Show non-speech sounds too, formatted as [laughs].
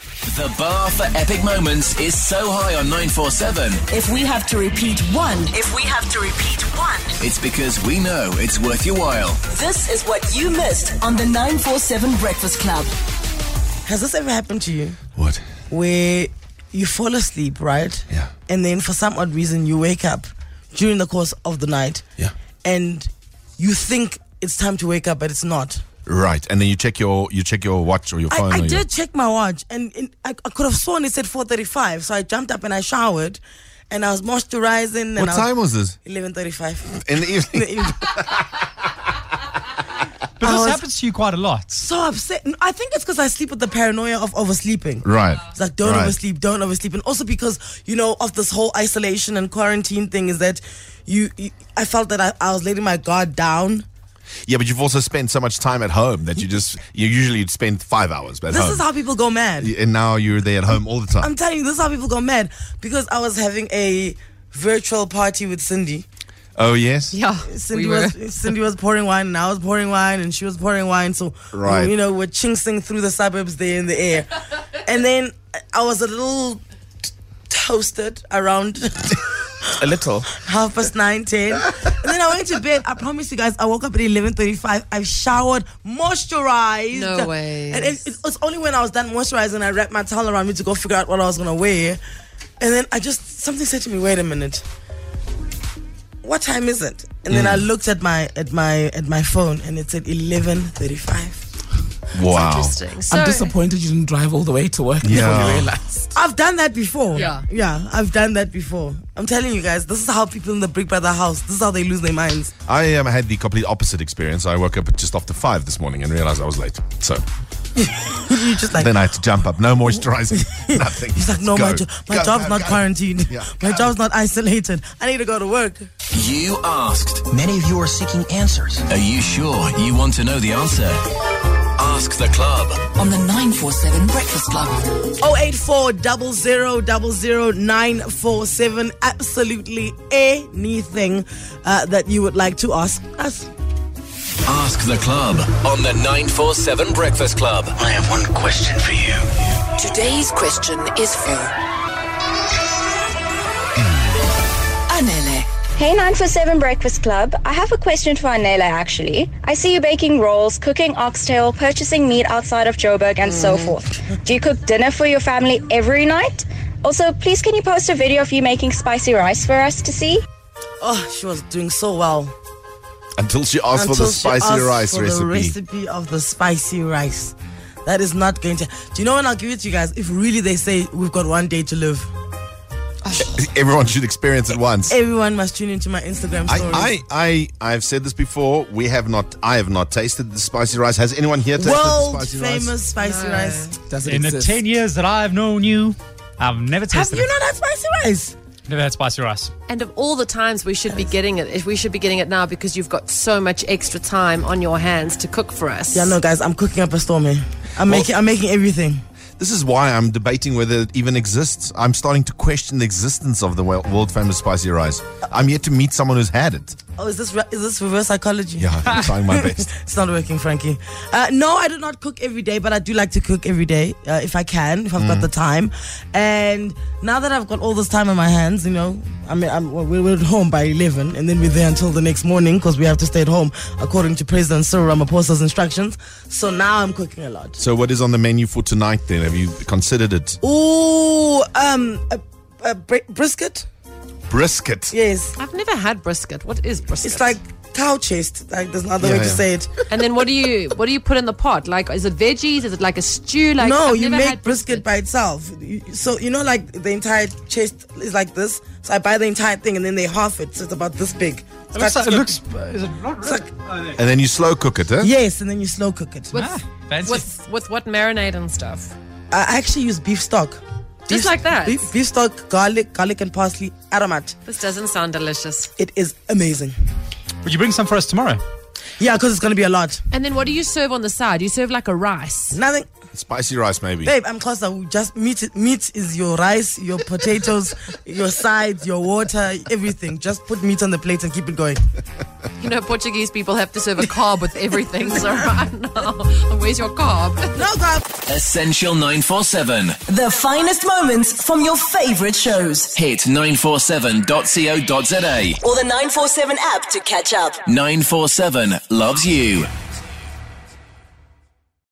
The bar for epic moments is so high on 947, If we have to repeat one, If we have to repeat one, it's because we know it's worth your while. this is what you missed on the 947 Breakfast Club. Has this ever happened to you What? where you fall asleep, right? Yeah. And then for some odd reason you wake up during the course of the night. Yeah. And you think it's time to wake up, but it's not. Right, and then you check your you check your watch or your phone. I, I or your- did check my watch and, and I, I could have sworn it said 4.35. So I jumped up and I showered and I was moisturizing. And What I time was this? [laughs] 11.35. In the evening. But this was- happens to you quite a lot. so upset. No, I think it's because I sleep with the paranoia of oversleeping. right. It's like don't Right. oversleep, don't oversleep, and also because you know of this whole isolation and quarantine thing is that you, you I felt that I, I was letting my guard down. Yeah, but you've also spent so much time at home that you just you usually spend five hours at This home. is how people go mad. and now you're there at home all the time. I'm telling you, this is how people go mad because I was having a virtual party with Cindy. oh yes. Yeah, Cindy we were. was [laughs] Cindy was pouring wine and I was pouring wine and she was pouring wine. So Right. you know, we're chinksing through the suburbs there in the air. and then I was a little t- toasted around A little. half past nine, ten. and then I went to bed. I promise you guys, I woke up at eleven thirty-five. I've showered, moisturized. No ways. And it, it was only when I was done moisturizing, I wrapped my towel around me to go figure out what I was gonna wear. And then I just something said to me, "Wait a minute, what time is it?" And then I Mm. looked at my at my at my phone, and it said eleven thirty-five. Wow. Interesting. So, I'm disappointed you didn't drive all the way to work before [laughs] Yeah. you realized. I've done that before. Yeah. yeah, I've done that before. I'm telling you guys, this is how people in the Brick Brother house. This is how they lose their minds. I um, had the complete opposite experience. I woke up just after five this morning and realized I was late. So You just like then I had to jump up. No moisturizing. [laughs] [laughs] nothing. He's like, no, my, jo- my job's not quarantined. Yeah, [laughs] my go. job's not isolated. I need to go to work. You asked. Many of you are seeking answers. Are you sure you want to know the answer? Ask the club. On the 947 Breakfast Club. 084 947 Absolutely anything uh, that you would like to ask us. Ask the club on the 947 Breakfast Club. I have one question for you. today's question is for Anele. Hey 947 Breakfast Club, I have a question for Anela actually. I see you baking rolls, cooking oxtail, purchasing meat outside of Joburg, and so forth. Do you cook dinner for your family every night? Also, please can you post a video of you making spicy rice for us to see? Oh, she was doing so well. Until she asked for Until the she spicy asked rice for recipe. The recipe of the spicy rice. That is not going to. Do you know when I'll give it to you guys? If really they say we've got one day to live, [laughs] Everyone should experience it once. everyone must tune into my Instagram stories. I, I, I, I've said this before. We have not. I have not tasted the spicy rice. Has anyone here tasted the World spicy famous rice? spicy No. rice. Doesn't In the exist. 10 years that I've known you, I've never Have tasted you it. not had spicy rice? never had spicy rice. and of all the times we should be getting it, we should be getting it now because you've got so much extra time on your hands to cook for us. Yeah, no, guys, I'm cooking up a storm here. I'm making, I'm making everything. This is why I'm debating whether it even exists. I'm starting to question the existence of the world famous spicy rice. I'm yet to meet someone who's had it. Oh, is this re- is this reverse psychology? Yeah, [laughs] I'm trying my best. [laughs] It's not working, Frankie. Uh, no, I do not cook every day, but I do like to cook every day uh, if I can, if I've Mm. got the time. And now that I've got all this time on my hands, you know, I mean, I'm, we're, we're at home by 11 and then we're there until the next morning because we have to stay at home according to President Cyril Ramaphosa's instructions. So now I'm cooking a lot. So, what is on the menu for tonight? Then have you considered it? Ooh, um, a, a bri- brisket? Brisket. Yes. I've never had brisket. What is brisket? It's like cow chest. Like there's no other Yeah, way to yeah. say it. And then what do you what do you put in the pot? Like, is it veggies? Is it like a stew? [laughs] Like, no, I've you never make had brisket by itself. You- So you know, like the entire chest is like this. So I buy the entire thing and then they half it. So it's about this big. It looks, Start- like, it looks is it not It's like- And then you slow cook it, eh? yes, and then you slow cook it. with, Ah, fancy. with with what marinade and stuff? I actually use beef stock. Just like that? Beef, beef stock, garlic, garlic and parsley, aromat. This doesn't sound delicious. It is amazing. Would you bring some for us tomorrow? Yeah, because it's gonna be a lot. And then what do you serve on the side? You serve like a rice. Nothing. Spicy rice, maybe. Babe, I'm closer. We Just meat. Meat is your rice, your potatoes, [laughs] your sides, your water, everything. Just put meat on the plate and keep it going. You know, Portuguese people have to serve a carb with [laughs] everything. So right now, where's your carb? No, God. Essential 947. The finest moments from your favorite shows. Hit 947.co.za. Or the 947 app to catch up. 947 loves you.